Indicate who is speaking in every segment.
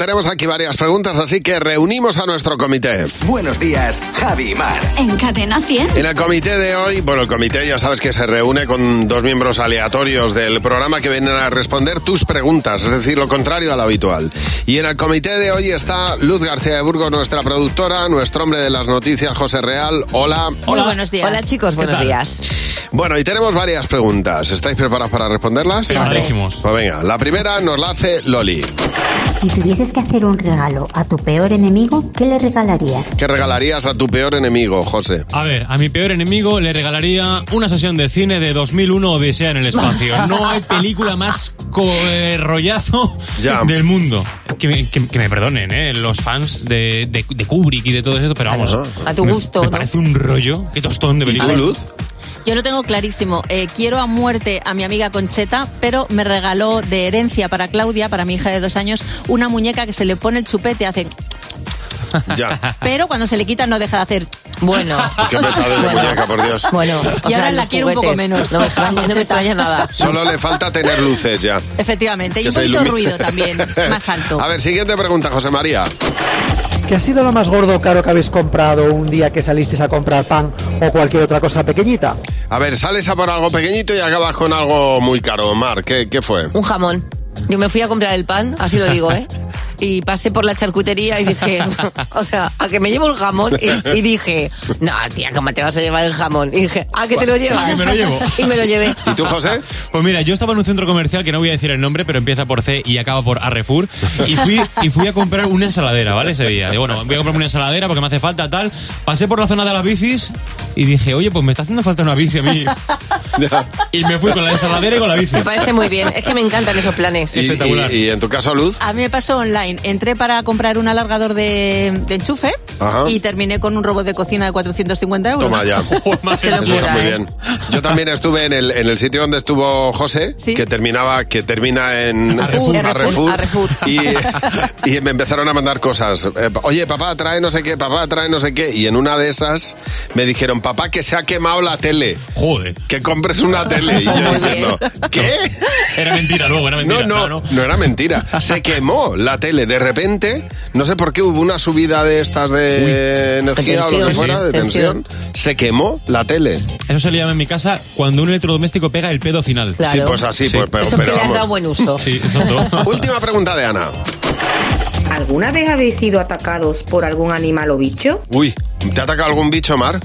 Speaker 1: Tenemos aquí varias preguntas, así que reunimos a nuestro comité.
Speaker 2: Buenos días, Javi y Mar.
Speaker 3: En Cadena 100.
Speaker 1: En el comité de hoy, bueno, el comité ya sabes que se reúne con dos miembros aleatorios del programa que vienen a responder tus preguntas, es decir, lo contrario a lo habitual. Y en el comité de hoy está Luz García de Burgos, nuestra productora, nuestro hombre de las noticias, José Real. Hola.
Speaker 4: Muy buenos días.
Speaker 5: Hola chicos, buenos
Speaker 4: tal?
Speaker 5: días.
Speaker 1: Bueno, y tenemos varias preguntas. ¿Estáis preparados para responderlas?
Speaker 6: Preparadísimos.
Speaker 1: Pues venga, la primera nos la hace Loli.
Speaker 7: Si tuvieses que hacer un regalo a tu peor enemigo, ¿qué le regalarías?
Speaker 1: ¿Qué regalarías a tu peor enemigo, José?
Speaker 6: A ver, a mi peor enemigo le regalaría una sesión de cine de 2001 Odisea en el espacio. No hay película más co- eh, rollazo
Speaker 1: Ya.
Speaker 6: del mundo. Que me, que- que me perdonen, ¿eh? Los fans de, de- de Kubrick y de todo eso, pero vamos.
Speaker 5: A tu
Speaker 6: me-
Speaker 5: gusto,
Speaker 6: Me,
Speaker 5: ¿no?
Speaker 6: parece un rollo. Qué tostón de
Speaker 1: ¿Y
Speaker 6: película.
Speaker 1: tú, Luz?
Speaker 4: Yo lo tengo clarísimo. Eh, quiero a muerte a mi amiga Concheta, pero me regaló de herencia para Claudia, para mi hija de dos años, una muñeca que se le pone el chupete, hace.
Speaker 1: Ya.
Speaker 4: Pero cuando se le quita no deja de hacer.
Speaker 5: Bueno.
Speaker 1: Qué pesado de muñeca, por Dios.
Speaker 5: Bueno, o
Speaker 4: Y ahora la
Speaker 5: sea, los
Speaker 4: quiero un poco
Speaker 5: juguetes.
Speaker 4: menos.
Speaker 5: No me extraña, no me extraña nada.
Speaker 1: Solo le falta tener luces ya.
Speaker 4: Efectivamente. Y
Speaker 1: Que
Speaker 4: un
Speaker 1: se
Speaker 4: poquito
Speaker 1: ilumine.
Speaker 4: ruido también, más alto.
Speaker 1: A ver, siguiente pregunta, José María.
Speaker 8: ¿Qué ha sido lo más gordo o caro que habéis comprado un día que salisteis a comprar pan o cualquier otra cosa pequeñita?
Speaker 1: A ver, sales a por algo pequeñito y acabas con algo muy caro. Mar, ¿qué, qué fue?
Speaker 5: Un jamón. Yo me fui a comprar el pan, así lo digo, ¿eh? Y pasé por la charcutería y dije, o sea, a que me llevo el jamón. Y, y dije, no, tía, ¿cómo te vas a llevar el jamón? Y dije, ¿a que te lo llevas?
Speaker 6: que me lo llevo.
Speaker 5: Y me lo llevé.
Speaker 1: ¿Y tú, José?
Speaker 6: Pues mira, yo estaba en un centro comercial que no voy a decir el nombre, pero empieza por C y acaba por Arrefour. Y fui, y fui a comprar una ensaladera, ¿vale? Ese día. Digo, bueno, voy a comprarme una ensaladera porque me hace falta tal. Pasé por la zona de las bicis y dije, oye, pues me está haciendo falta una bici a mí. Y me fui con la ensaladera y con la bici.
Speaker 5: Me parece muy bien. Es que me encantan esos planes.
Speaker 1: Y-
Speaker 6: espectacular.
Speaker 1: Y, y en tu caso, Luz.
Speaker 4: A mí me pasó online. Entré para comprar un alargador de, de enchufe
Speaker 1: Ajá.
Speaker 4: y terminé con un robot de cocina de 450 euros.
Speaker 1: Toma ya.
Speaker 5: Qué
Speaker 1: Eso está
Speaker 5: locura,
Speaker 1: muy
Speaker 5: ¿eh?
Speaker 1: bien. Yo también estuve en el, en el sitio donde estuvo José,
Speaker 4: Sí.
Speaker 1: que terminaba, que termina en
Speaker 5: Arrefour.
Speaker 1: Arrefour.
Speaker 5: Arrefour.
Speaker 1: Y, y me empezaron a mandar cosas. Eh, Oye, papá, trae no sé qué, papá, trae no sé qué. Y en una de esas me dijeron, papá, que se ha quemado la tele.
Speaker 6: Joder.
Speaker 1: Que compres una tele. Y yo
Speaker 5: Muy
Speaker 1: diciendo, ¿qué?
Speaker 6: Era mentira luego, era
Speaker 1: No,
Speaker 6: mentira.
Speaker 1: no,
Speaker 6: claro.
Speaker 1: no, era mentira. Se quemó la tele. De repente, no sé por qué hubo una subida de estas de energía o lo que
Speaker 5: tensión,
Speaker 1: fuera, de tensión.
Speaker 5: tensión.
Speaker 1: Se quemó la tele.
Speaker 6: Eso se le llama en mi casa cuando un electrodoméstico pega el pedo final.
Speaker 5: Claro.
Speaker 1: Sí, pues así,
Speaker 6: Sí.
Speaker 1: pues, pero,
Speaker 5: Eso
Speaker 1: pero
Speaker 5: que le han
Speaker 1: vamos.
Speaker 5: dado buen uso.
Speaker 6: Sí, exacto.
Speaker 1: Última pregunta de Ana.
Speaker 9: ¿Alguna vez habéis sido atacados por algún animal o bicho?
Speaker 1: Uy, ¿te ha atacado algún bicho, Mar?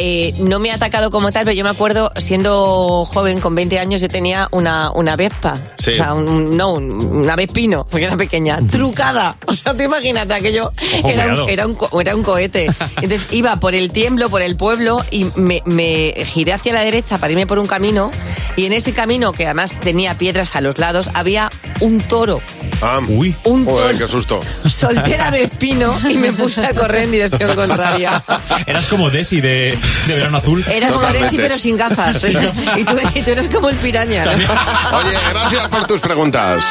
Speaker 5: Eh, no me ha atacado como tal, pero yo me acuerdo, siendo joven, con 20 años, yo tenía una, una vespa.
Speaker 1: Sí.
Speaker 5: O sea, un- no, un- una vespino, porque era pequeña, trucada. O sea, te imaginas aquello.
Speaker 6: Ojo,
Speaker 5: era,
Speaker 6: cuidado.
Speaker 5: un, era, un, co- era un cohete. Entonces iba por el tiemblo, por el pueblo, y me, me giré hacia la derecha para irme por un camino. Y en ese camino, que además tenía piedras a los lados, había un toro.
Speaker 1: Ah,
Speaker 6: Uy.
Speaker 5: Un
Speaker 1: Joder,
Speaker 5: toro.
Speaker 1: qué susto.
Speaker 5: Solté la vespino y me puse a correr en dirección contraria.
Speaker 6: Eras como Desi de, de verano azul.
Speaker 5: Era como
Speaker 1: Totalmente.
Speaker 5: Desi, pero sin gafas. y, tú, y tú eres como el piraña. ¿no?
Speaker 1: Oye, gracias por tus preguntas.